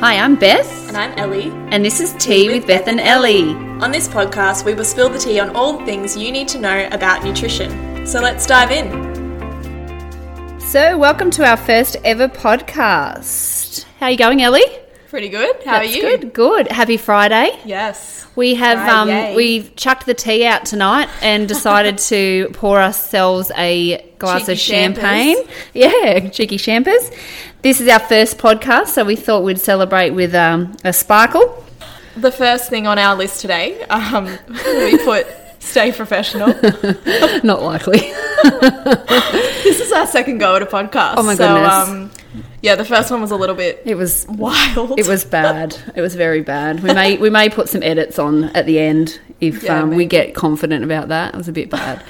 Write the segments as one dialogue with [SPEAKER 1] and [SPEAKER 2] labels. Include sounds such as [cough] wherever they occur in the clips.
[SPEAKER 1] Hi, I'm Beth,
[SPEAKER 2] And I'm Ellie.
[SPEAKER 1] and this is Tea with Beth and Ellie.
[SPEAKER 2] On this podcast, we will spill the tea on all the things you need to know about nutrition. So let's dive in.
[SPEAKER 1] So, welcome to our first ever podcast. How you going, Ellie?
[SPEAKER 2] Pretty good. How
[SPEAKER 1] That's Good, good. Happy Friday.
[SPEAKER 2] Yes.
[SPEAKER 1] We have
[SPEAKER 2] Friday.
[SPEAKER 1] um, we've chucked the tea out tonight and decided to [laughs] pour ourselves a glass
[SPEAKER 2] Cheeky
[SPEAKER 1] of champagne. [laughs] Yeah, cheeky champers. This is our first podcast, so we thought we'd celebrate with um, a sparkle. [laughs]
[SPEAKER 2] The first thing on our list today, um, we put stay [laughs] professional.
[SPEAKER 1] Not likely. [laughs]
[SPEAKER 2] this is our second go at a podcast.
[SPEAKER 1] Oh my
[SPEAKER 2] so,
[SPEAKER 1] goodness.
[SPEAKER 2] Um, yeah, the first one was a little bit
[SPEAKER 1] It was
[SPEAKER 2] wild.
[SPEAKER 1] It was bad. It was very bad. We may we may put some edits on at the end if
[SPEAKER 2] Yeah,
[SPEAKER 1] um, we
[SPEAKER 2] maybe.
[SPEAKER 1] get confident about that. It was a bit bad,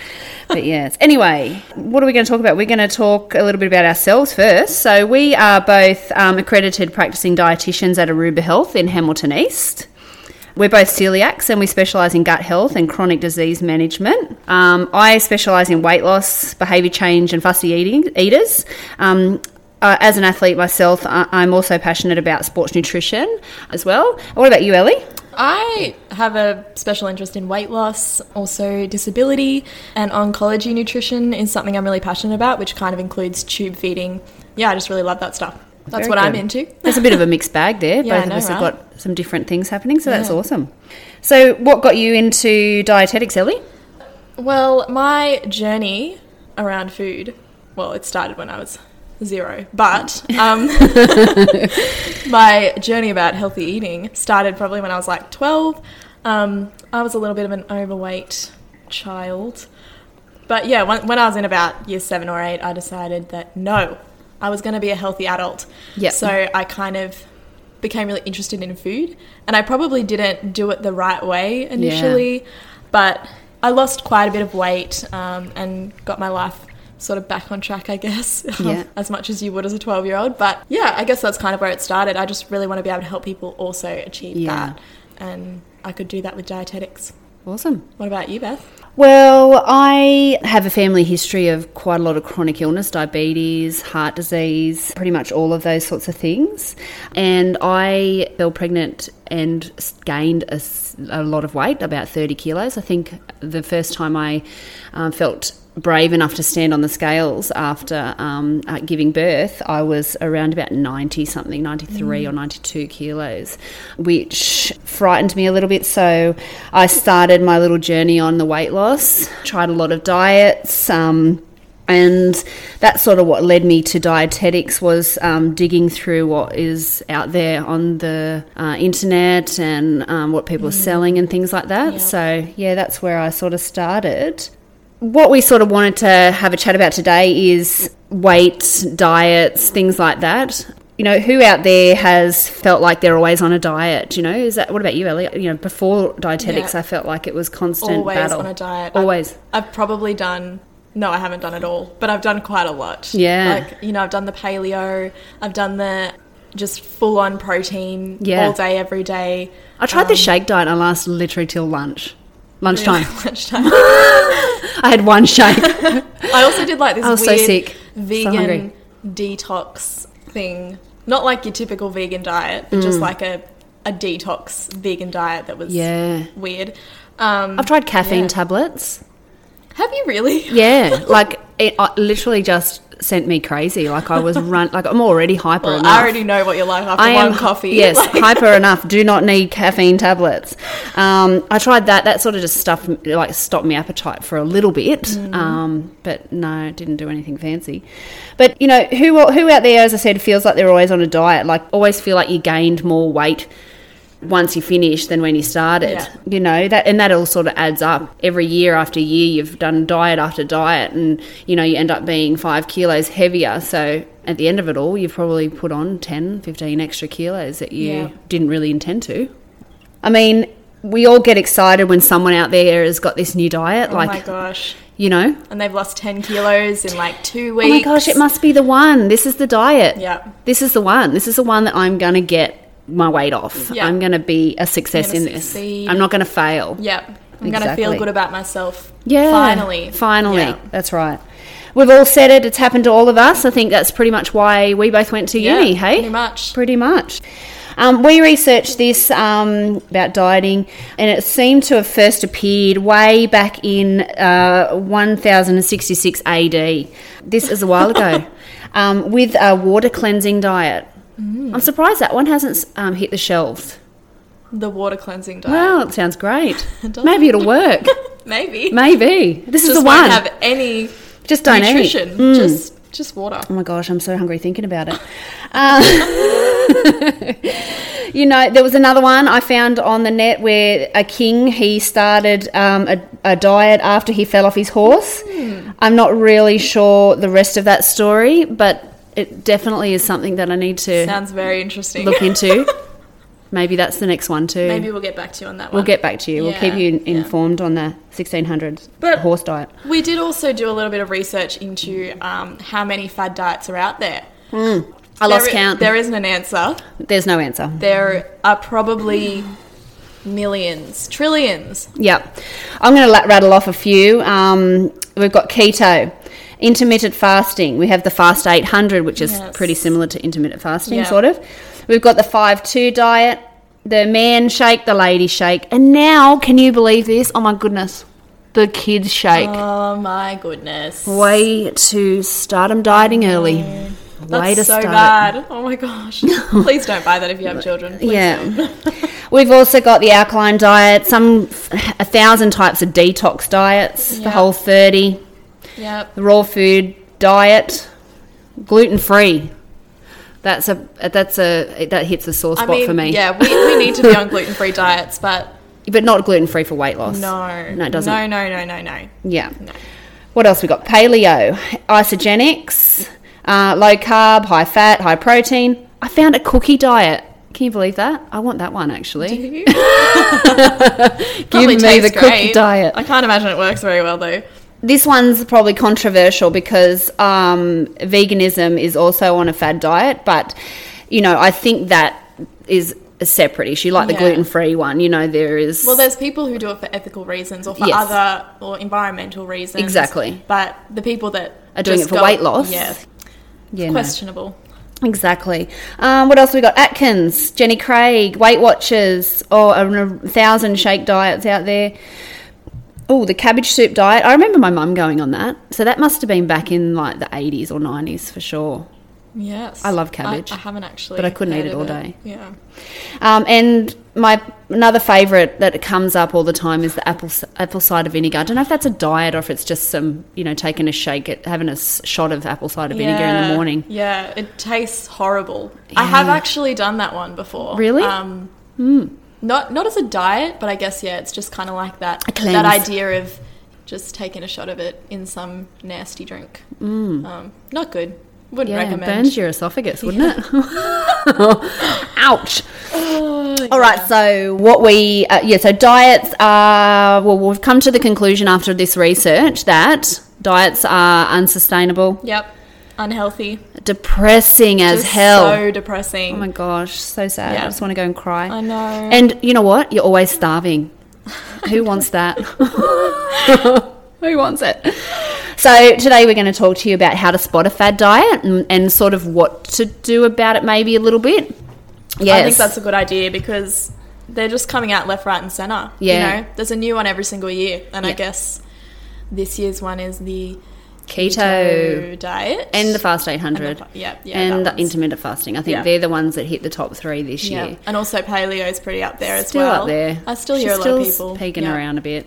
[SPEAKER 1] but yes. Anyway, what are we going to talk about? We're going to talk a little bit about ourselves first. So we are both um, accredited practicing dietitians at Aruba Health in Hamilton East. We're both celiacs and we specialise in gut health and chronic disease management. Um, I specialise in weight loss, behaviour change, and fussy eating eaters. Um, uh, as an athlete myself, I- I'm also passionate about sports nutrition as well. What about you, Ellie?
[SPEAKER 2] I have a special interest in weight loss, also disability, and oncology nutrition is something I'm really passionate about, which kind of includes tube feeding. Yeah, I just really love that stuff.
[SPEAKER 1] Very
[SPEAKER 2] That's what I'm
[SPEAKER 1] good.
[SPEAKER 2] into. [laughs]
[SPEAKER 1] There's a bit of a mixed bag there.
[SPEAKER 2] Yeah, I
[SPEAKER 1] Both of
[SPEAKER 2] know,
[SPEAKER 1] us have
[SPEAKER 2] right?
[SPEAKER 1] got some different things happening, so that's awesome. So, what got you into dietetics, Ellie?
[SPEAKER 2] Well, my journey around food, well, it started when I was zero, but um, my journey about healthy eating started probably when I was like 12. Um, I was a little bit of an overweight child. But yeah, when, when I was in about year seven or eight, I decided that no, I was going to be a healthy adult.
[SPEAKER 1] Yep.
[SPEAKER 2] So I kind of became really interested in food. And I probably didn't do it the right way initially, but I lost quite a bit of weight um, and got my life sort of back on track, I guess, [laughs] um,
[SPEAKER 1] Yeah.
[SPEAKER 2] as much as you would as a 12 year old. But yeah, I guess that's kind of where it started. I just really want to be able to help people also achieve
[SPEAKER 1] Yeah.
[SPEAKER 2] that. And I could do that with dietetics.
[SPEAKER 1] Awesome.
[SPEAKER 2] What about you, Beth?
[SPEAKER 1] Well, I have a family history of quite a lot of chronic illness, diabetes, heart disease, pretty much all of those sorts of things. And I fell pregnant and s- gained a, s- a lot of weight, about 30 kilos. I think the first time I um, felt brave enough to stand on the scales after um, uh, giving birth, I was around about 90 something, 93 or 92 kilos, which frightened me a little bit. So I started my little journey on the weight loss, tried a lot of diets. Um, and that's sort of what led me to dietetics was um, digging through what is out there on the uh, internet and um, what people are selling and things like that. So yeah, that's where I sort of started. What we sort of wanted to have a chat about today is weight, diets, things like that. You know, who out there has felt like they're always on a diet? You know, is that what about you, Ellie? You know, before dietetics,
[SPEAKER 2] Yeah.
[SPEAKER 1] I felt like it was constant
[SPEAKER 2] Always
[SPEAKER 1] battle.
[SPEAKER 2] on a diet. I've-
[SPEAKER 1] Always.
[SPEAKER 2] I've, probably done. No, I haven't done it all, but I've done quite a lot.
[SPEAKER 1] Yeah.
[SPEAKER 2] Like, you know, I've done the paleo, I've done the just full on protein
[SPEAKER 1] Yeah.
[SPEAKER 2] all day, every day.
[SPEAKER 1] I tried
[SPEAKER 2] um,
[SPEAKER 1] the shake diet and I lasted literally till lunch. Lunchtime.
[SPEAKER 2] [laughs] Lunchtime.
[SPEAKER 1] [laughs] I had one shake.
[SPEAKER 2] I also did like this
[SPEAKER 1] I was so
[SPEAKER 2] weird
[SPEAKER 1] sick, so hungry.
[SPEAKER 2] vegan detox thing. Not like your typical vegan diet, but
[SPEAKER 1] Mm.
[SPEAKER 2] just like a, a detox vegan diet that was
[SPEAKER 1] Yeah.
[SPEAKER 2] weird. Um,
[SPEAKER 1] I've tried caffeine
[SPEAKER 2] Yeah.
[SPEAKER 1] tablets.
[SPEAKER 2] Have you really?
[SPEAKER 1] [laughs] Yeah, like it uh, literally just sent me crazy. Like I was run like I'm already hyper
[SPEAKER 2] Well,
[SPEAKER 1] enough.
[SPEAKER 2] I already know what you're like after
[SPEAKER 1] I
[SPEAKER 2] one coffee.
[SPEAKER 1] Yes,
[SPEAKER 2] [laughs] Like-
[SPEAKER 1] hyper enough. Do not need caffeine tablets. Um, I tried that. That sort of just stuff like stopped my appetite for a little bit, um, but no, it didn't do anything fancy. But you know, who who out there, as I said, feels like they're always on a diet? Like always feel like you gained more weight once you finish than when you started.
[SPEAKER 2] Yeah.
[SPEAKER 1] You know that, and that all sort of adds up. Every year after year, you've done diet after diet, and you know you end up being five kilos heavier. So at the end of it all, you've probably put on 10, 15 extra kilos that you
[SPEAKER 2] Yeah.
[SPEAKER 1] didn't really intend to. I mean, we all get excited when someone out there has got this new diet,
[SPEAKER 2] oh my
[SPEAKER 1] like
[SPEAKER 2] gosh.
[SPEAKER 1] you know.
[SPEAKER 2] And they've lost 10 kilos in like two weeks.
[SPEAKER 1] Oh my gosh, it must be the one. This is the diet.
[SPEAKER 2] Yeah.
[SPEAKER 1] This is the one. This is the one that I'm going to get my weight off.
[SPEAKER 2] Yeah.
[SPEAKER 1] I'm going to be a success
[SPEAKER 2] gonna
[SPEAKER 1] in this.
[SPEAKER 2] succeed.
[SPEAKER 1] I'm not going to fail.
[SPEAKER 2] Yep. I'm going to
[SPEAKER 1] Exactly.
[SPEAKER 2] feel good about myself.
[SPEAKER 1] Yeah.
[SPEAKER 2] Finally.
[SPEAKER 1] Finally.
[SPEAKER 2] Yeah.
[SPEAKER 1] That's right. We've all said it. It's happened to all of us. I think that's pretty much why we both went to
[SPEAKER 2] Yeah,
[SPEAKER 1] uni, hey?
[SPEAKER 2] pretty much.
[SPEAKER 1] Pretty much. Um, we researched this um, about dieting, and it seemed to have first appeared way back in uh, 1066 AD. This is a while
[SPEAKER 2] [laughs]
[SPEAKER 1] ago, um, with a water cleansing diet.
[SPEAKER 2] Mm.
[SPEAKER 1] I'm surprised that one hasn't um, hit the shelves.
[SPEAKER 2] The water cleansing diet.
[SPEAKER 1] Wow, that sounds great.
[SPEAKER 2] [laughs] It does.
[SPEAKER 1] Maybe it'll
[SPEAKER 2] [laughs]
[SPEAKER 1] work.
[SPEAKER 2] Maybe.
[SPEAKER 1] Maybe. This is
[SPEAKER 2] just
[SPEAKER 1] the
[SPEAKER 2] won't
[SPEAKER 1] one.
[SPEAKER 2] have any
[SPEAKER 1] Just don't eat. Mm.
[SPEAKER 2] nutrition. Just just water.
[SPEAKER 1] Oh my gosh, I'm so hungry thinking about it. Um, [laughs] you know, there was another one I found on the net where a king he started um, a, a diet after he fell off his horse.
[SPEAKER 2] Hmm.
[SPEAKER 1] I'm not really sure the rest of that story, but it definitely is something that I need to
[SPEAKER 2] Sounds very interesting.
[SPEAKER 1] look
[SPEAKER 2] [laughs]
[SPEAKER 1] into. Maybe that's the next one too.
[SPEAKER 2] Maybe we'll get back to you on that one.
[SPEAKER 1] We'll get back to you. We'll keep
[SPEAKER 2] Yeah,
[SPEAKER 1] you
[SPEAKER 2] yeah.
[SPEAKER 1] informed on the 1600s
[SPEAKER 2] But-
[SPEAKER 1] horse diet.
[SPEAKER 2] We did also do a little bit of research into um, how many fad diets are out there.
[SPEAKER 1] Mm. I lost
[SPEAKER 2] There i-
[SPEAKER 1] count.
[SPEAKER 2] There isn't an answer.
[SPEAKER 1] There's no answer.
[SPEAKER 2] There are probably millions, trillions.
[SPEAKER 1] Yeah. I'm going to la- rattle off a few. Um, we've got keto, intermittent fasting. We have the Fast 800, which is
[SPEAKER 2] Yes.
[SPEAKER 1] pretty similar to intermittent fasting,
[SPEAKER 2] Yeah.
[SPEAKER 1] sort of. We've got the 5 2 diet, the man shake, the lady shake. And now, can you believe this? Oh my goodness, the kids shake.
[SPEAKER 2] Oh my goodness.
[SPEAKER 1] Way to start 'em dieting early. Way
[SPEAKER 2] Oh, That's
[SPEAKER 1] to
[SPEAKER 2] so
[SPEAKER 1] start it.
[SPEAKER 2] bad.
[SPEAKER 1] [laughs]
[SPEAKER 2] Oh my gosh. Please don't buy that if you have children. Please [laughs] don't.
[SPEAKER 1] Yeah. We've also got the alkaline diet, some a thousand types of detox diets, the
[SPEAKER 2] Yeah.
[SPEAKER 1] whole 30,
[SPEAKER 2] Yep.
[SPEAKER 1] the raw food diet, gluten free. That's a that's a that hits the sore
[SPEAKER 2] I
[SPEAKER 1] spot
[SPEAKER 2] mean,
[SPEAKER 1] for me.
[SPEAKER 2] yeah, we, we need to be on gluten free diets, but
[SPEAKER 1] but not gluten free for weight loss. [laughs]
[SPEAKER 2] no.
[SPEAKER 1] no, it doesn't.
[SPEAKER 2] No, no, no, no, no.
[SPEAKER 1] Yeah. What else we got? Paleo, isogenics, uh, low carb, high fat, high protein. I found a cookie diet. Can you believe that? I want that one [laughs] actually. Give
[SPEAKER 2] Probably
[SPEAKER 1] me the
[SPEAKER 2] tastes
[SPEAKER 1] cookie
[SPEAKER 2] great.
[SPEAKER 1] diet.
[SPEAKER 2] I can't imagine it works very well though.
[SPEAKER 1] This one's probably controversial because um, veganism is also on a fad diet, but you know, I think that is a separate issue, like the
[SPEAKER 2] Yeah.
[SPEAKER 1] gluten free one. You know, there is
[SPEAKER 2] Well, there's people who do it for ethical reasons or for
[SPEAKER 1] Yes.
[SPEAKER 2] other or environmental reasons.
[SPEAKER 1] Exactly.
[SPEAKER 2] But the people that
[SPEAKER 1] Are doing it
[SPEAKER 2] just
[SPEAKER 1] for
[SPEAKER 2] go-
[SPEAKER 1] weight loss.
[SPEAKER 2] yeah,
[SPEAKER 1] yeah, no.
[SPEAKER 2] questionable.
[SPEAKER 1] exactly. Um, what else we got? Atkins, Jenny Craig, Weight Watchers, or a thousand shake diets out there. Oh, the cabbage soup diet. I remember my mum going on that, so that must have been back in like the 80s or 90s for sure.
[SPEAKER 2] Yes,
[SPEAKER 1] I love cabbage,
[SPEAKER 2] I, haven't actually,
[SPEAKER 1] but I couldn't eat
[SPEAKER 2] heard
[SPEAKER 1] it
[SPEAKER 2] of
[SPEAKER 1] all day.
[SPEAKER 2] Yeah,
[SPEAKER 1] Um, and my another favourite that comes up all the time is the apple apple cider vinegar. I don't know if that's a diet or if it's just some you know taking a shake at having a s- shot of apple cider vinegar in
[SPEAKER 2] Yeah.
[SPEAKER 1] the morning.
[SPEAKER 2] Yeah, it tastes horrible. I have
[SPEAKER 1] Yeah.
[SPEAKER 2] actually done that one before.
[SPEAKER 1] Really? Hmm.
[SPEAKER 2] Um, Not not as a diet, but I guess yeah, it's just kind of like that
[SPEAKER 1] A cleanse.
[SPEAKER 2] that idea of just taking a shot of it in some nasty drink. Um, not good. Wouldn't
[SPEAKER 1] Hmm. Yeah,
[SPEAKER 2] recommend.
[SPEAKER 1] it burns your esophagus, wouldn't it? [laughs] Ouch.
[SPEAKER 2] Oh,
[SPEAKER 1] All right, so what we, uh, yeah, so diets are, well, we've come to the conclusion after this research that diets are unsustainable,
[SPEAKER 2] Yep. Unhealthy.
[SPEAKER 1] depressing as
[SPEAKER 2] Just
[SPEAKER 1] hell.
[SPEAKER 2] So depressing.
[SPEAKER 1] oh my gosh, so sad. I
[SPEAKER 2] Yeah.
[SPEAKER 1] just want to go and cry.
[SPEAKER 2] I know.
[SPEAKER 1] And you know what? You're always starving. Who wants
[SPEAKER 2] [laughs]
[SPEAKER 1] that? Who wants it? So, today we're going to talk to you about how to spot a fad diet and, and sort of what to do about it, maybe a little bit. Yes.
[SPEAKER 2] I think that's a good idea because they're just coming out left, right, and center.
[SPEAKER 1] Yeah.
[SPEAKER 2] You know, there's a new one every single year, and I
[SPEAKER 1] Yeah.
[SPEAKER 2] guess this year's one is the
[SPEAKER 1] keto
[SPEAKER 2] diet
[SPEAKER 1] and the Fast 800
[SPEAKER 2] And the- yeah, yeah,
[SPEAKER 1] and
[SPEAKER 2] that
[SPEAKER 1] the
[SPEAKER 2] one's-
[SPEAKER 1] intermittent fasting. I think
[SPEAKER 2] Yeah.
[SPEAKER 1] they're the ones that hit the top three this
[SPEAKER 2] yeah,
[SPEAKER 1] year.
[SPEAKER 2] and also paleo is pretty up there as
[SPEAKER 1] Still
[SPEAKER 2] well.
[SPEAKER 1] up there.
[SPEAKER 2] I still
[SPEAKER 1] She's
[SPEAKER 2] hear a lot
[SPEAKER 1] still
[SPEAKER 2] of people
[SPEAKER 1] peeking
[SPEAKER 2] yeah.
[SPEAKER 1] around a bit.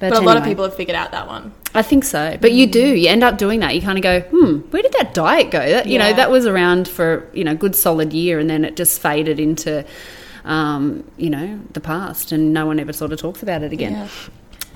[SPEAKER 2] but a lot of
[SPEAKER 1] anyway.
[SPEAKER 2] people have figured out that one.
[SPEAKER 1] I think so. But you do. You end up doing that. You kind of go, hmm, where did that diet go? That, you
[SPEAKER 2] Yeah.
[SPEAKER 1] know, that was around for, you know, a good solid year and then it just faded into, um, you know, the past and no one ever sort of talks about it again.
[SPEAKER 2] Yeah.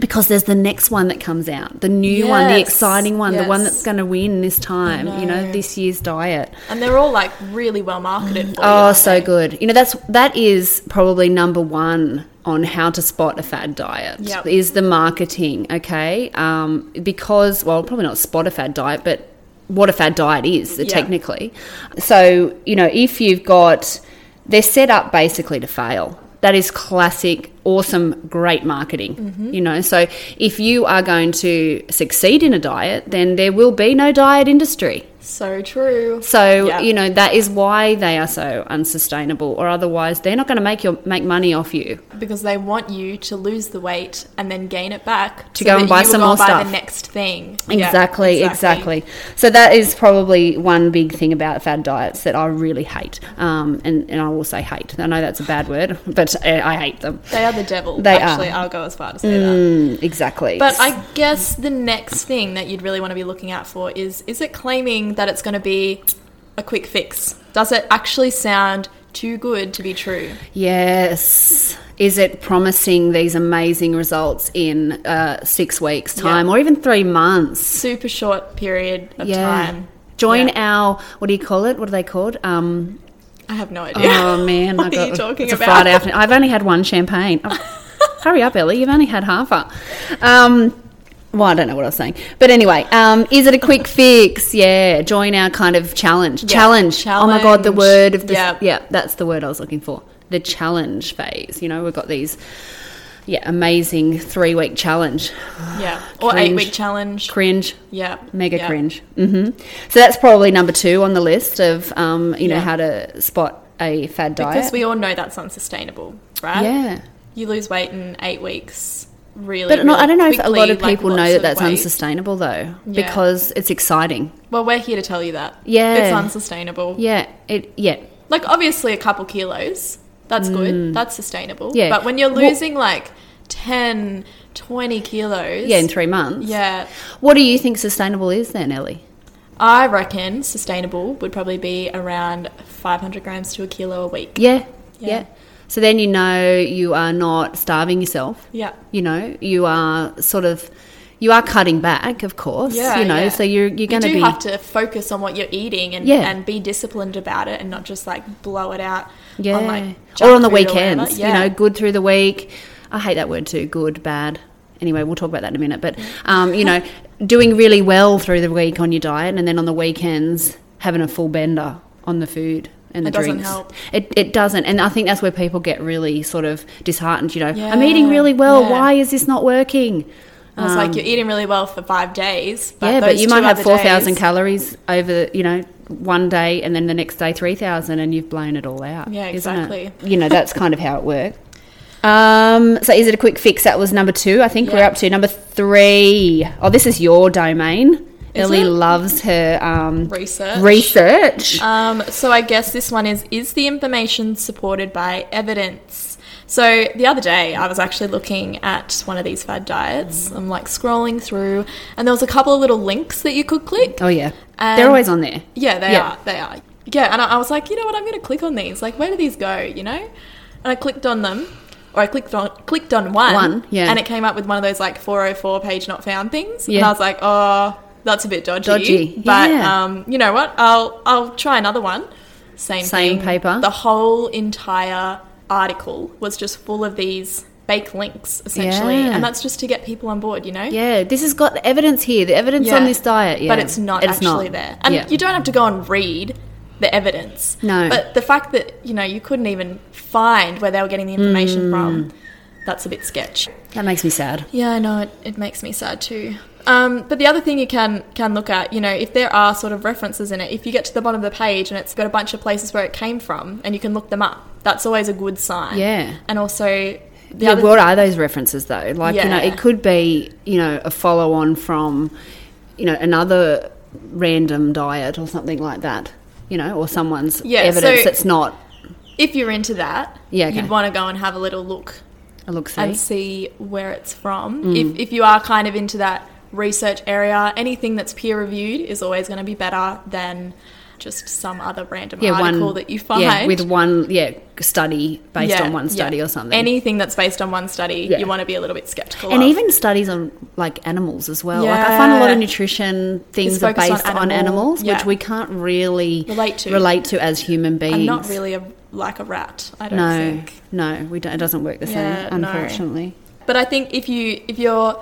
[SPEAKER 1] Because there's the next one that comes out, the new one, the
[SPEAKER 2] Yes.
[SPEAKER 1] exciting one, the one
[SPEAKER 2] Yes.
[SPEAKER 1] that's going to win this time, you know,
[SPEAKER 2] know.
[SPEAKER 1] this year's diet.
[SPEAKER 2] And they're all like really well marketed. For you,
[SPEAKER 1] Oh,
[SPEAKER 2] aren't
[SPEAKER 1] so
[SPEAKER 2] they?
[SPEAKER 1] good. You know, that's that is probably number one on how to spot a fad diet
[SPEAKER 2] Yep.
[SPEAKER 1] is the marketing. Okay, um, because well, probably not spot a fad diet, but what a fad diet is uh,
[SPEAKER 2] Yeah.
[SPEAKER 1] technically. So you know, if you've got, they're set up basically to fail. That is classic, awesome, great marketing.
[SPEAKER 2] Mm-hmm.
[SPEAKER 1] You know, so if you are going to succeed in a diet, then there will be no diet industry.
[SPEAKER 2] So true.
[SPEAKER 1] So
[SPEAKER 2] Yeah.
[SPEAKER 1] you know that is why they are so unsustainable, or otherwise they're not going to make your make money off you.
[SPEAKER 2] Because they want you to lose the weight and then gain it back
[SPEAKER 1] To go and
[SPEAKER 2] that
[SPEAKER 1] buy
[SPEAKER 2] you will
[SPEAKER 1] some
[SPEAKER 2] go
[SPEAKER 1] more
[SPEAKER 2] and buy
[SPEAKER 1] stuff.
[SPEAKER 2] The next thing. Yeah,
[SPEAKER 1] Exactly, exactly, So that is probably one big thing about fad diets that I really hate, um, and and I will say hate. I know that's a bad word, but I, I hate them.
[SPEAKER 2] They are the devil.
[SPEAKER 1] They are.
[SPEAKER 2] Actually, I'll go as far to say that.
[SPEAKER 1] Mm, exactly.
[SPEAKER 2] But I guess the next thing that you'd really want to be looking out for is is it claiming that it's going to be a quick fix? Does it actually sound too good to be true?
[SPEAKER 1] Yes. Is it promising these amazing results in uh, six weeks' time or even three months?
[SPEAKER 2] Super short period of time.
[SPEAKER 1] Join
[SPEAKER 2] Yeah.
[SPEAKER 1] our, what do you call it? What are they called? Um,
[SPEAKER 2] I have no idea.
[SPEAKER 1] Oh, man.
[SPEAKER 2] [laughs] what
[SPEAKER 1] I
[SPEAKER 2] are
[SPEAKER 1] got-
[SPEAKER 2] you talking
[SPEAKER 1] it's
[SPEAKER 2] about?
[SPEAKER 1] A Friday afternoon. I've only had one champagne. Oh, hurry up, Ellie. You've only had half a. Um, well, I don't know what I was saying. But anyway, um, is it a quick fix? Yeah. Join our kind of challenge. Challenge. Oh, my God. The
[SPEAKER 2] Challenge.
[SPEAKER 1] word of the.
[SPEAKER 2] Yeah.
[SPEAKER 1] yeah, that's the word I was looking for. The challenge phase. You know, we've got these, yeah, amazing three week challenge.
[SPEAKER 2] Yeah, or
[SPEAKER 1] Cringe.
[SPEAKER 2] eight week challenge.
[SPEAKER 1] Cringe.
[SPEAKER 2] Yeah,
[SPEAKER 1] Mega
[SPEAKER 2] Yeah.
[SPEAKER 1] cringe. hmm So that's probably number two on the list of, um, you know,
[SPEAKER 2] Yeah.
[SPEAKER 1] how to spot a fad diet.
[SPEAKER 2] Because we all know that's unsustainable, right?
[SPEAKER 1] yeah.
[SPEAKER 2] You lose weight in eight weeks, really.
[SPEAKER 1] But no,
[SPEAKER 2] really
[SPEAKER 1] I don't know if a lot
[SPEAKER 2] quickly,
[SPEAKER 1] of
[SPEAKER 2] like,
[SPEAKER 1] people know
[SPEAKER 2] lots
[SPEAKER 1] that
[SPEAKER 2] of
[SPEAKER 1] that's
[SPEAKER 2] weight.
[SPEAKER 1] unsustainable though,
[SPEAKER 2] Yeah.
[SPEAKER 1] because it's exciting.
[SPEAKER 2] Well, we're here to tell you that.
[SPEAKER 1] Yeah.
[SPEAKER 2] It's unsustainable.
[SPEAKER 1] Yeah, it. Yeah,
[SPEAKER 2] Like, obviously, a couple kilos, that's good. That's sustainable.
[SPEAKER 1] Mm. Yeah.
[SPEAKER 2] But when you're
[SPEAKER 1] Well-
[SPEAKER 2] losing like 10, 20 kilos.
[SPEAKER 1] yeah. In three months.
[SPEAKER 2] Yeah.
[SPEAKER 1] What do you think sustainable is then, Ellie?
[SPEAKER 2] I reckon sustainable would probably be around 500 grams to a kilo a week.
[SPEAKER 1] Yeah, yeah.
[SPEAKER 2] Yeah.
[SPEAKER 1] So then you know you are not starving yourself.
[SPEAKER 2] Yeah.
[SPEAKER 1] You know you are sort of you are cutting back, of course.
[SPEAKER 2] Yeah,
[SPEAKER 1] You know,
[SPEAKER 2] yeah.
[SPEAKER 1] so you're you're going to
[SPEAKER 2] you
[SPEAKER 1] be
[SPEAKER 2] do have to focus on what you're eating and,
[SPEAKER 1] Yeah.
[SPEAKER 2] and be disciplined about it and not just like blow it out
[SPEAKER 1] yeah,
[SPEAKER 2] on like
[SPEAKER 1] or
[SPEAKER 2] junk
[SPEAKER 1] on the
[SPEAKER 2] food or whatever.
[SPEAKER 1] weekends.
[SPEAKER 2] Yeah.
[SPEAKER 1] You know, good through the week. I hate that word too. Good, bad. Anyway, we'll talk about that in a minute. But um, you
[SPEAKER 2] [laughs]
[SPEAKER 1] know, doing really well through the week on your diet, and then on the weekends having a full bender on the food and the
[SPEAKER 2] It doesn't
[SPEAKER 1] drinks.
[SPEAKER 2] help.
[SPEAKER 1] It it doesn't, and I think that's where people get really sort of disheartened. You know, I'm
[SPEAKER 2] Yeah,
[SPEAKER 1] eating really well.
[SPEAKER 2] yeah. Uh,
[SPEAKER 1] Why is this not working?
[SPEAKER 2] And it's like you're eating really well for five days. But
[SPEAKER 1] um, yeah, but
[SPEAKER 2] those
[SPEAKER 1] you
[SPEAKER 2] two
[SPEAKER 1] might have
[SPEAKER 2] other
[SPEAKER 1] four thousand
[SPEAKER 2] days-
[SPEAKER 1] calories over, you know, one day, and then the next day three thousand, and you've blown it all out.
[SPEAKER 2] Yeah,
[SPEAKER 1] isn't it?
[SPEAKER 2] exactly.
[SPEAKER 1] You know, that's kind of how it worked. Um, so is it a quick fix? That was number two. I think we're
[SPEAKER 2] Yeah.
[SPEAKER 1] up to number three. Oh, this is your domain.
[SPEAKER 2] Is
[SPEAKER 1] Ellie
[SPEAKER 2] it?
[SPEAKER 1] loves her um,
[SPEAKER 2] Research.
[SPEAKER 1] research.
[SPEAKER 2] [laughs] Um, so I guess this one is is the information supported by evidence? So the other day I was actually looking at one of these fad diets. I'm like scrolling through and there was a couple of little links that you could click.
[SPEAKER 1] oh yeah,
[SPEAKER 2] and-
[SPEAKER 1] they're always on there.
[SPEAKER 2] Yeah, they
[SPEAKER 1] Yeah.
[SPEAKER 2] are. They are. Yeah, and I, I was like, you know what? I'm going to click on these. Like, where do these go? You know? And I clicked on them, or I clicked on clicked on one.
[SPEAKER 1] One, yeah.
[SPEAKER 2] And it came up with one of those like 404 page not found things. And
[SPEAKER 1] Yeah.
[SPEAKER 2] I was like, oh, that's a bit dodgy.
[SPEAKER 1] Dodgy,
[SPEAKER 2] But
[SPEAKER 1] yeah.
[SPEAKER 2] um, you know what? I'll I'll try another one. Same
[SPEAKER 1] Same
[SPEAKER 2] thing.
[SPEAKER 1] paper.
[SPEAKER 2] The whole entire article was just full of these fake links essentially,
[SPEAKER 1] Yeah.
[SPEAKER 2] and that's just to get people on board. You know?
[SPEAKER 1] Yeah, this has got evidence here. The evidence on this diet. Yeah,
[SPEAKER 2] But it's not actually there. And
[SPEAKER 1] yeah.
[SPEAKER 2] you don't have to go and read the evidence.
[SPEAKER 1] No.
[SPEAKER 2] But the fact that, you know, you couldn't even find where they were getting the
[SPEAKER 1] Mm.
[SPEAKER 2] information from, that's a bit sketch.
[SPEAKER 1] that makes me sad.
[SPEAKER 2] Yeah, I know, it, it makes me sad too. Um, but the other thing you can can look at, you know, if there are sort of references in it, if you get to the bottom of the page and it's got a bunch of places where it came from and you can look them up, that's always a good sign.
[SPEAKER 1] Yeah.
[SPEAKER 2] And also the
[SPEAKER 1] yeah,
[SPEAKER 2] other
[SPEAKER 1] what are those references though? Like you know,
[SPEAKER 2] Yeah.
[SPEAKER 1] it could be you know a follow on from you know another random diet or something like that. You know, or someone's
[SPEAKER 2] Yeah,
[SPEAKER 1] evidence
[SPEAKER 2] so-
[SPEAKER 1] that's not
[SPEAKER 2] if you're into that,
[SPEAKER 1] Yeah, okay.
[SPEAKER 2] you'd want to go and have a little look
[SPEAKER 1] a look see.
[SPEAKER 2] and see where it's from.
[SPEAKER 1] Mm.
[SPEAKER 2] If, if you are kind of into that research area, anything that's peer reviewed is always going to be better than just some other random
[SPEAKER 1] Yeah,
[SPEAKER 2] article that you find.
[SPEAKER 1] Yeah, with one yeah study based on one study or something.
[SPEAKER 2] Anything that's based on one study,
[SPEAKER 1] Yeah.
[SPEAKER 2] you want to be a little bit skeptical.
[SPEAKER 1] and
[SPEAKER 2] of.
[SPEAKER 1] even studies on like animals as well. Like I find a lot of
[SPEAKER 2] Yeah.
[SPEAKER 1] nutrition things
[SPEAKER 2] It's
[SPEAKER 1] are
[SPEAKER 2] focused on
[SPEAKER 1] based on,
[SPEAKER 2] animal,
[SPEAKER 1] animals,
[SPEAKER 2] yeah.
[SPEAKER 1] which we can't really
[SPEAKER 2] Relate to.
[SPEAKER 1] relate to as human beings.
[SPEAKER 2] I'm not really a, like a rat. I don't
[SPEAKER 1] no,
[SPEAKER 2] think.
[SPEAKER 1] no, we don't, it doesn't work the same,
[SPEAKER 2] Yeah, no.
[SPEAKER 1] unfortunately.
[SPEAKER 2] But I think if you if you're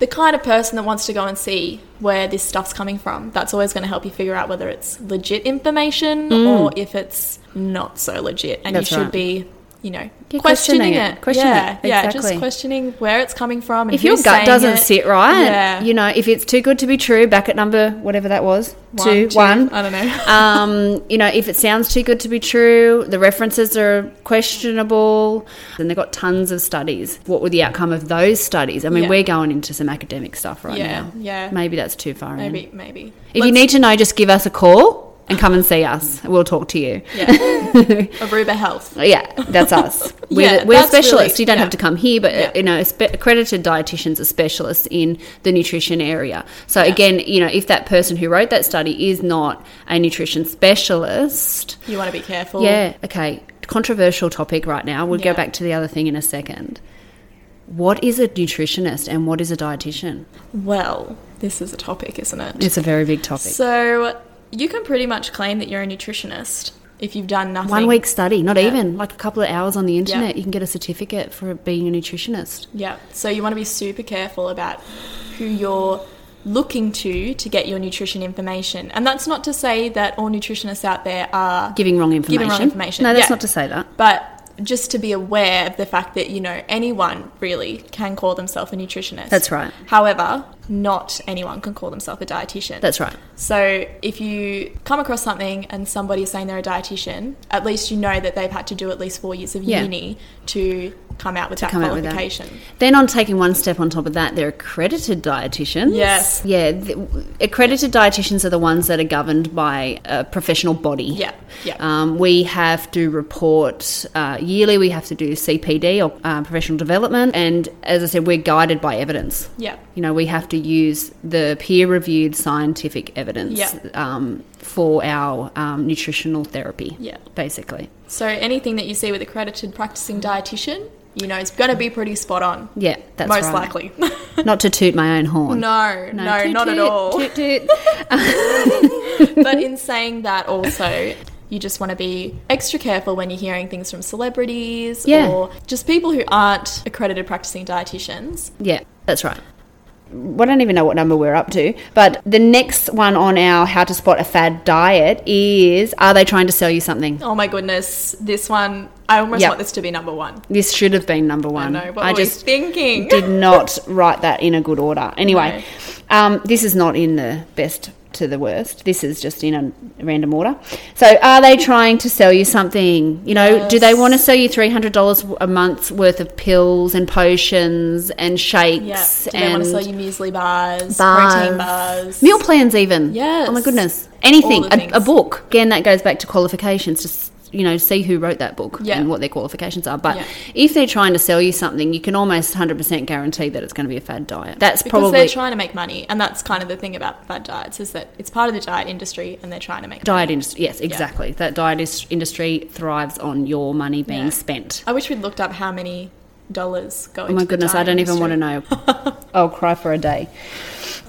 [SPEAKER 2] the kind of person that wants to go and see where this stuff's coming from, that's always going to help you figure out whether it's legit information or if it's not so legit, and
[SPEAKER 1] Mm. That's
[SPEAKER 2] you should
[SPEAKER 1] right.
[SPEAKER 2] be you know,
[SPEAKER 1] You're
[SPEAKER 2] questioning,
[SPEAKER 1] questioning it.
[SPEAKER 2] it.
[SPEAKER 1] Questioning
[SPEAKER 2] yeah,
[SPEAKER 1] it,
[SPEAKER 2] Yeah,
[SPEAKER 1] exactly.
[SPEAKER 2] just questioning where it's coming from. And
[SPEAKER 1] If your
[SPEAKER 2] who's
[SPEAKER 1] gut
[SPEAKER 2] saying
[SPEAKER 1] doesn't
[SPEAKER 2] it.
[SPEAKER 1] sit right,
[SPEAKER 2] yeah.
[SPEAKER 1] you know, if it's too good to be true, back at number whatever that was,
[SPEAKER 2] One,
[SPEAKER 1] two,
[SPEAKER 2] two,
[SPEAKER 1] one.
[SPEAKER 2] I don't know. [laughs]
[SPEAKER 1] um, you know, if it sounds too good to be true, the references are questionable, and they've got tons of studies. What were the outcome of those studies? I mean,
[SPEAKER 2] Yeah.
[SPEAKER 1] we're going into some academic stuff right
[SPEAKER 2] Yeah,
[SPEAKER 1] now.
[SPEAKER 2] yeah.
[SPEAKER 1] Maybe that's too far in.
[SPEAKER 2] maybe, maybe.
[SPEAKER 1] If you
[SPEAKER 2] Let's-
[SPEAKER 1] need to know, just give us a call and come and see us. We'll talk to you.
[SPEAKER 2] yeah,
[SPEAKER 1] [laughs]
[SPEAKER 2] Aruba Health.
[SPEAKER 1] Yeah,
[SPEAKER 2] [laughs]
[SPEAKER 1] that's us. We're,
[SPEAKER 2] Yeah,
[SPEAKER 1] we're
[SPEAKER 2] that's
[SPEAKER 1] specialists.
[SPEAKER 2] really-
[SPEAKER 1] you don't
[SPEAKER 2] yeah.
[SPEAKER 1] have to come here, but
[SPEAKER 2] Yeah.
[SPEAKER 1] uh you know, spe- accredited dietitians are specialists in the nutrition area. So again, you know, if that person who wrote that study is not a nutrition specialist,
[SPEAKER 2] You want to be careful.
[SPEAKER 1] yeah, okay. Controversial topic right now. We'll
[SPEAKER 2] Yeah.
[SPEAKER 1] go back to the other thing in a second. What is a nutritionist and what is a dietitian?
[SPEAKER 2] Well, this is a topic, isn't it?
[SPEAKER 1] It's a very big topic.
[SPEAKER 2] So you can pretty much claim that you're a nutritionist if you've done nothing.
[SPEAKER 1] One week study, not
[SPEAKER 2] Yeah.
[SPEAKER 1] even like a couple of hours on the internet, you can get a certificate for being a nutritionist.
[SPEAKER 2] Yeah. So you want to be super careful about who you're looking to to get your nutrition information. And that's not to say that all nutritionists out there are
[SPEAKER 1] Giving wrong information.
[SPEAKER 2] Giving wrong information,
[SPEAKER 1] No, that's
[SPEAKER 2] yeah.
[SPEAKER 1] not to say that.
[SPEAKER 2] but just to be aware of the fact that you know anyone really can call themselves a nutritionist.
[SPEAKER 1] That's right.
[SPEAKER 2] However, not anyone can call themselves a dietitian.
[SPEAKER 1] That's right.
[SPEAKER 2] So if you come across something and somebody's saying they're a dietitian, at least you know that they've had to do at least four years of
[SPEAKER 1] Yeah.
[SPEAKER 2] uni to come out with that
[SPEAKER 1] come out with that.
[SPEAKER 2] qualification.
[SPEAKER 1] Then, on taking one step on top of that, they're accredited dietitians.
[SPEAKER 2] Yes.
[SPEAKER 1] Yeah. th- accredited dietitians are the ones that are governed by a professional body.
[SPEAKER 2] Yeah, yeah.
[SPEAKER 1] Um, we have to report uh, yearly, we have to do CPD or uh, professional development. And as I said, we're guided by evidence.
[SPEAKER 2] Yeah.
[SPEAKER 1] You know, we have to use the peer reviewed scientific evidence
[SPEAKER 2] Yeah.
[SPEAKER 1] um, for our um, nutritional therapy,
[SPEAKER 2] Yeah.
[SPEAKER 1] basically.
[SPEAKER 2] So anything that you see with accredited practicing dietitian, you know, it's going to be pretty spot on.
[SPEAKER 1] Yeah, that's
[SPEAKER 2] most
[SPEAKER 1] right.
[SPEAKER 2] likely.
[SPEAKER 1] [laughs] Not to toot my own
[SPEAKER 2] [laughs]
[SPEAKER 1] horn.
[SPEAKER 2] no, no,
[SPEAKER 1] toot,
[SPEAKER 2] not at
[SPEAKER 1] toot,
[SPEAKER 2] all.
[SPEAKER 1] toot, toot.
[SPEAKER 2] [laughs] but in saying that also you just want to be extra careful when you're hearing things from celebrities
[SPEAKER 1] Yeah.
[SPEAKER 2] or just people who aren't accredited practicing dietitians.
[SPEAKER 1] [laughs] Yeah, that's right. Well, I don't even know what number we're up to, but the next one on our how to spot a fad diet is are they trying to sell you something?
[SPEAKER 2] Oh my goodness, this one I almost
[SPEAKER 1] Yeah.
[SPEAKER 2] want this to be number one.
[SPEAKER 1] This should have been number
[SPEAKER 2] I
[SPEAKER 1] one.
[SPEAKER 2] know, what I were
[SPEAKER 1] Um, just
[SPEAKER 2] just thinking?
[SPEAKER 1] did
[SPEAKER 2] [laughs]
[SPEAKER 1] not write that in a good order. Anyway, um, this is not in the best to the worst. This is just in a random order. So, are they trying to sell you something? You know, do they
[SPEAKER 2] Yes.
[SPEAKER 1] want to sell you three hundred dollars a month's worth of pills and potions and shakes
[SPEAKER 2] yeah. Do they
[SPEAKER 1] and
[SPEAKER 2] want to sell you muesli bars, protein bars?
[SPEAKER 1] meal plans, even.
[SPEAKER 2] Yes.
[SPEAKER 1] Oh my goodness. Anything.
[SPEAKER 2] All the
[SPEAKER 1] A, a
[SPEAKER 2] things.
[SPEAKER 1] book. Again, that goes back to qualifications. Just you know, see who wrote that book
[SPEAKER 2] Yeah.
[SPEAKER 1] and what their qualifications are. But
[SPEAKER 2] Yeah.
[SPEAKER 1] if they're trying to sell you something, you can almost 100% guarantee that it's going to be a fad diet. That's
[SPEAKER 2] Because
[SPEAKER 1] probably
[SPEAKER 2] they're trying to make money, and that's kind of the thing about fad diets is that it's part of the diet industry, and they're trying to make money.
[SPEAKER 1] diet industry. Yes, exactly. That diet is- industry thrives on your money being
[SPEAKER 2] Yeah.
[SPEAKER 1] spent.
[SPEAKER 2] I wish we'd looked up how many dollars go.
[SPEAKER 1] Oh my goodness, I don't even want to
[SPEAKER 2] know.
[SPEAKER 1] know. I'll cry for a day.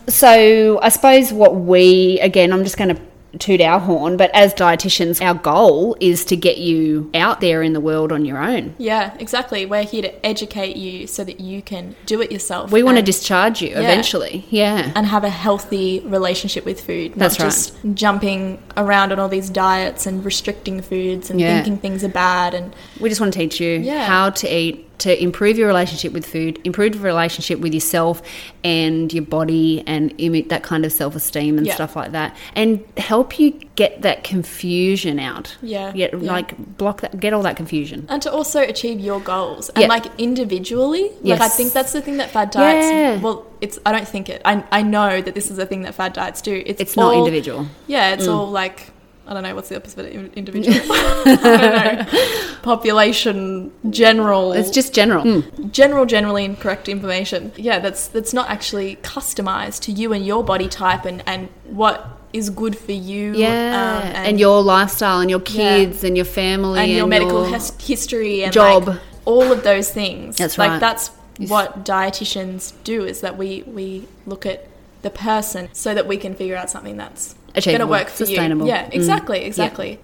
[SPEAKER 1] So, I suppose what we, again, I'm just going to toot our horn, but as dietitians, our goal is to get you out there in the world on your own.
[SPEAKER 2] Yeah, exactly. We're here to educate you so that you can do it yourself.
[SPEAKER 1] We want to
[SPEAKER 2] and-
[SPEAKER 1] discharge you eventually. Yeah.
[SPEAKER 2] and have a healthy relationship with food, not
[SPEAKER 1] That's right.
[SPEAKER 2] just jumping around on all these diets and restricting foods and
[SPEAKER 1] Yeah.
[SPEAKER 2] thinking things are bad. And
[SPEAKER 1] We just want to teach you
[SPEAKER 2] Yeah.
[SPEAKER 1] how to eat to improve your relationship with food, improve your relationship with yourself and your body and imi- that kind of self-esteem and
[SPEAKER 2] Yeah.
[SPEAKER 1] stuff like that and help you get that confusion out.
[SPEAKER 2] Yeah,
[SPEAKER 1] Get,
[SPEAKER 2] yeah.
[SPEAKER 1] like block that get all that confusion.
[SPEAKER 2] and to also achieve your goals and
[SPEAKER 1] Yeah.
[SPEAKER 2] like individually, like I
[SPEAKER 1] Yes.
[SPEAKER 2] think that's the thing that fad diets.
[SPEAKER 1] Yeah.
[SPEAKER 2] Well, it's I don't think it. I I know that this is a thing that fad diets do. It's
[SPEAKER 1] It's not
[SPEAKER 2] all-
[SPEAKER 1] individual. Mm.
[SPEAKER 2] Yeah, it's all like I don't know what's the opposite of in-
[SPEAKER 1] [laughs]
[SPEAKER 2] individual. [laughs] I don't know. Population general.
[SPEAKER 1] It's just general.
[SPEAKER 2] Mm. general generally incorrect information yeah that's that's not actually customized to you and your body type and and what is good for you
[SPEAKER 1] Yeah.
[SPEAKER 2] um,
[SPEAKER 1] and, your lifestyle and your kids and your family
[SPEAKER 2] and your medical his- history and
[SPEAKER 1] job.
[SPEAKER 2] like, all of those things
[SPEAKER 1] That's
[SPEAKER 2] like
[SPEAKER 1] right.
[SPEAKER 2] that's what dietitians do is that we we look at the person so that we can figure out something that's going to
[SPEAKER 1] Achievable,
[SPEAKER 2] work for
[SPEAKER 1] sustainable.
[SPEAKER 2] you yeah
[SPEAKER 1] Mm.
[SPEAKER 2] exactly
[SPEAKER 1] Yeah.
[SPEAKER 2] exactly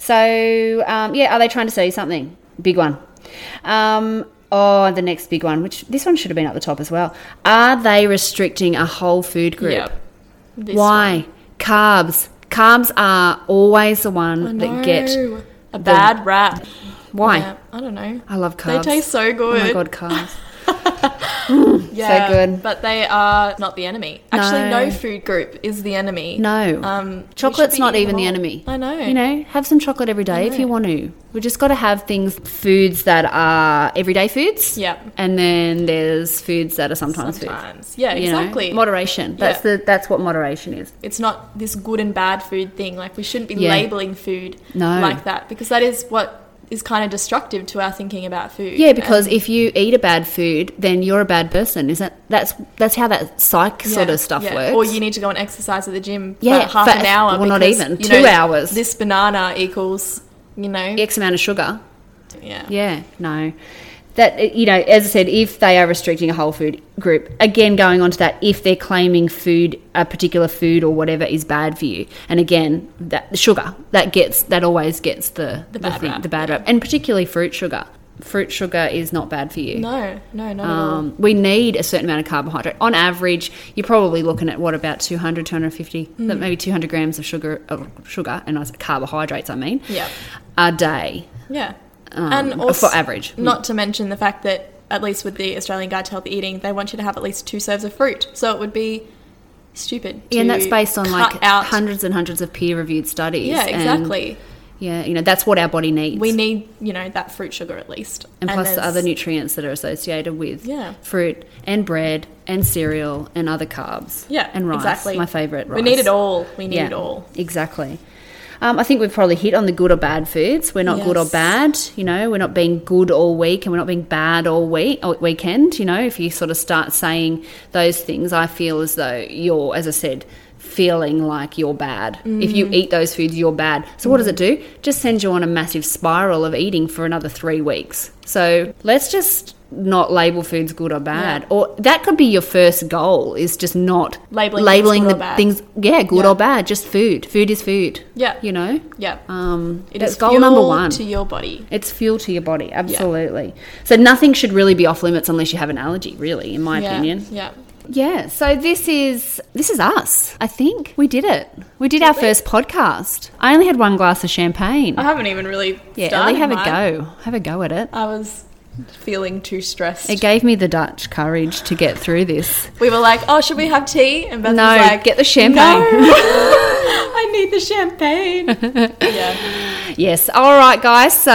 [SPEAKER 1] So, um, yeah, are they trying to sell you something? Big one. Um, oh, the next big one, which this one should have been at the top as well. Are they restricting a whole food group?
[SPEAKER 2] Yep. This
[SPEAKER 1] Why? Carbs. Carbs are always the
[SPEAKER 2] one.
[SPEAKER 1] one
[SPEAKER 2] I
[SPEAKER 1] that get
[SPEAKER 2] know. a bad rap
[SPEAKER 1] Why?
[SPEAKER 2] Yeah, I don't know.
[SPEAKER 1] I love
[SPEAKER 2] They
[SPEAKER 1] carbs.
[SPEAKER 2] taste so good.
[SPEAKER 1] Oh my god,
[SPEAKER 2] [laughs]
[SPEAKER 1] carbs.
[SPEAKER 2] Yeah,
[SPEAKER 1] good.
[SPEAKER 2] But they are not the enemy. Actually,
[SPEAKER 1] No.
[SPEAKER 2] no food group is the enemy.
[SPEAKER 1] No.
[SPEAKER 2] Um, we should
[SPEAKER 1] Chocolate's
[SPEAKER 2] be
[SPEAKER 1] not
[SPEAKER 2] eating
[SPEAKER 1] even
[SPEAKER 2] them
[SPEAKER 1] the
[SPEAKER 2] all.
[SPEAKER 1] enemy.
[SPEAKER 2] I know.
[SPEAKER 1] You know, have some chocolate every day if you want to. We just got to have things, foods that are everyday foods.
[SPEAKER 2] Yep.
[SPEAKER 1] And then there's foods that are sometimes, food.
[SPEAKER 2] Sometimes. Yeah,
[SPEAKER 1] You know?
[SPEAKER 2] exactly.
[SPEAKER 1] Moderation. That's the that's what moderation is.
[SPEAKER 2] it's not this good and bad food thing. Like we shouldn't be
[SPEAKER 1] Yeah.
[SPEAKER 2] labeling food
[SPEAKER 1] No.
[SPEAKER 2] like that because that is what is kind of destructive to our thinking about food.
[SPEAKER 1] Yeah, because if you eat a bad food, then you're a bad person. Is that that's that's how that psych
[SPEAKER 2] And-
[SPEAKER 1] sort
[SPEAKER 2] yeah,
[SPEAKER 1] of stuff
[SPEAKER 2] yeah.
[SPEAKER 1] works.
[SPEAKER 2] Or you need to go and exercise at the gym
[SPEAKER 1] Yeah,
[SPEAKER 2] for half
[SPEAKER 1] for-
[SPEAKER 2] an hour.
[SPEAKER 1] well, not
[SPEAKER 2] because,
[SPEAKER 1] even,
[SPEAKER 2] you
[SPEAKER 1] two
[SPEAKER 2] know,
[SPEAKER 1] hours.
[SPEAKER 2] This banana equals, you know,
[SPEAKER 1] X amount of sugar.
[SPEAKER 2] yeah.
[SPEAKER 1] Yeah, no. That you know, as I said, if they are restricting a whole food group, again going on to that, if they're claiming food, a particular food or whatever is bad for you, and again that the sugar that gets that always gets the the
[SPEAKER 2] bad rap,
[SPEAKER 1] the bad rap, and particularly fruit sugar. Fruit sugar is not bad for you.
[SPEAKER 2] No, no, not at all.
[SPEAKER 1] Um, we need a certain amount of carbohydrate. On average, you're probably looking at what about 200, 250,
[SPEAKER 2] Mm.
[SPEAKER 1] that maybe 200 grams of sugar, of sugar, and I s- carbohydrates. I mean,
[SPEAKER 2] Yeah.
[SPEAKER 1] a day.
[SPEAKER 2] Yeah.
[SPEAKER 1] Um,
[SPEAKER 2] and
[SPEAKER 1] for
[SPEAKER 2] also
[SPEAKER 1] average. Mm.
[SPEAKER 2] Not to mention the fact that at least with the Australian Guide to Healthy Eating, they want you to have at least two serves of fruit. So it would be stupid.
[SPEAKER 1] Yeah, and
[SPEAKER 2] to
[SPEAKER 1] that's based on
[SPEAKER 2] cut
[SPEAKER 1] like
[SPEAKER 2] out.
[SPEAKER 1] hundreds and hundreds of peer-reviewed studies.
[SPEAKER 2] Yeah,
[SPEAKER 1] and,
[SPEAKER 2] exactly.
[SPEAKER 1] yeah, you know that's what our body needs.
[SPEAKER 2] we need, you know, that fruit sugar at least.
[SPEAKER 1] and plus the
[SPEAKER 2] there's-
[SPEAKER 1] other nutrients that are associated with
[SPEAKER 2] Yeah.
[SPEAKER 1] fruit and bread and cereal and other carbs.
[SPEAKER 2] Yeah.
[SPEAKER 1] and rice.
[SPEAKER 2] Exactly.
[SPEAKER 1] My favorite. Rice.
[SPEAKER 2] We need it all. We need it all.
[SPEAKER 1] Exactly. Um, I think we've probably hit on the good or bad foods. We're not good or
[SPEAKER 2] Yes.
[SPEAKER 1] bad, you know. We're not being good all week, and we're not being bad all week or weekend. You know, if you sort of start saying those things, I feel as though you're, as I said, feeling like you're bad. If
[SPEAKER 2] Mm.
[SPEAKER 1] you eat those foods, you're bad. So what does it do? Just sends you on a massive spiral of eating for another three weeks. So let's just not label foods good or bad, or that could be your first goal is just not
[SPEAKER 2] Labeling things
[SPEAKER 1] labeling
[SPEAKER 2] good or
[SPEAKER 1] the
[SPEAKER 2] bad.
[SPEAKER 1] things yeah, good
[SPEAKER 2] Yeah.
[SPEAKER 1] or bad, just food. Food is food.
[SPEAKER 2] Yeah.
[SPEAKER 1] You know?
[SPEAKER 2] Yeah.
[SPEAKER 1] Um
[SPEAKER 2] It
[SPEAKER 1] that's
[SPEAKER 2] is
[SPEAKER 1] goal number
[SPEAKER 2] fuel
[SPEAKER 1] one.
[SPEAKER 2] to your body.
[SPEAKER 1] it's fuel to your body, absolutely. So nothing should really be off limits unless you have an allergy, really, in my
[SPEAKER 2] yeah.
[SPEAKER 1] opinion.
[SPEAKER 2] Yeah.
[SPEAKER 1] Yeah. So this is this is us. I think we did it. We did our first podcast. I only had one glass of champagne.
[SPEAKER 2] I haven't even really
[SPEAKER 1] yeah,
[SPEAKER 2] Uh, started
[SPEAKER 1] Ellie, have
[SPEAKER 2] mine.
[SPEAKER 1] a go. Have a go at it.
[SPEAKER 2] I was feeling too stressed.
[SPEAKER 1] It gave me the Dutch courage to get through this.
[SPEAKER 2] We were like, "Oh, should we have tea?" And Beth
[SPEAKER 1] No,
[SPEAKER 2] was like,
[SPEAKER 1] get the champagne.
[SPEAKER 2] "No,
[SPEAKER 1] [laughs]
[SPEAKER 2] [laughs] I need the champagne." yeah,
[SPEAKER 1] Yes. All right, guys. So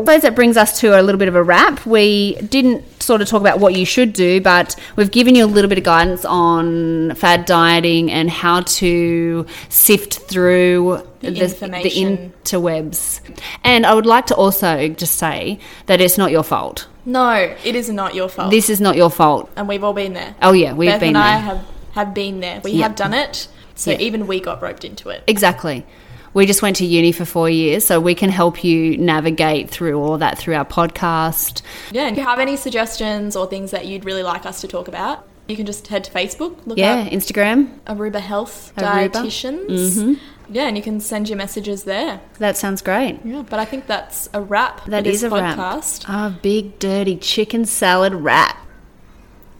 [SPEAKER 1] I suppose that brings us to a little bit of a wrap. We didn't sort of talk about what you should do, but we've given you a little bit of guidance on fad dieting and how to sift through
[SPEAKER 2] The
[SPEAKER 1] the
[SPEAKER 2] information.
[SPEAKER 1] interwebs. And I would like to also just say that it's not your fault.
[SPEAKER 2] no, it is not your fault,
[SPEAKER 1] This is not your fault.
[SPEAKER 2] and we've all been there.
[SPEAKER 1] Oh yeah, we've
[SPEAKER 2] Beth
[SPEAKER 1] been
[SPEAKER 2] and
[SPEAKER 1] there.
[SPEAKER 2] I have have been there. We
[SPEAKER 1] Yeah.
[SPEAKER 2] have done it, so
[SPEAKER 1] Yeah.
[SPEAKER 2] even we got roped into it.
[SPEAKER 1] Exactly. We just went to uni for four years, so we can help you navigate through all that through our podcast.
[SPEAKER 2] Yeah, and if you have any suggestions or things that you'd really like us to talk about, you can just head to Facebook, look
[SPEAKER 1] Yeah,
[SPEAKER 2] up
[SPEAKER 1] Instagram.
[SPEAKER 2] Aruba Health
[SPEAKER 1] Aruba. Mm-hmm.
[SPEAKER 2] Dietitians. Yeah, and you can send your messages there.
[SPEAKER 1] That sounds great.
[SPEAKER 2] Yeah, but I think that's a wrap.
[SPEAKER 1] That
[SPEAKER 2] for
[SPEAKER 1] is
[SPEAKER 2] this
[SPEAKER 1] a wrap. [laughs]
[SPEAKER 2] podcast.
[SPEAKER 1] A big dirty chicken salad wrap.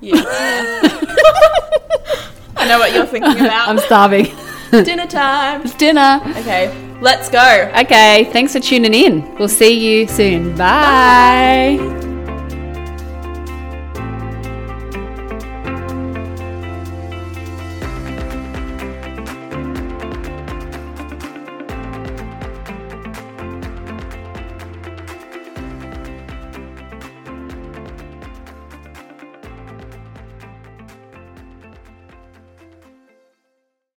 [SPEAKER 2] Yeah. I know what you're
[SPEAKER 1] [laughs]
[SPEAKER 2] thinking about.
[SPEAKER 1] I'm starving.
[SPEAKER 2] Dinner time.
[SPEAKER 1] Dinner.
[SPEAKER 2] Okay, let's go.
[SPEAKER 1] Okay, thanks for tuning in. We'll see you soon. Bye.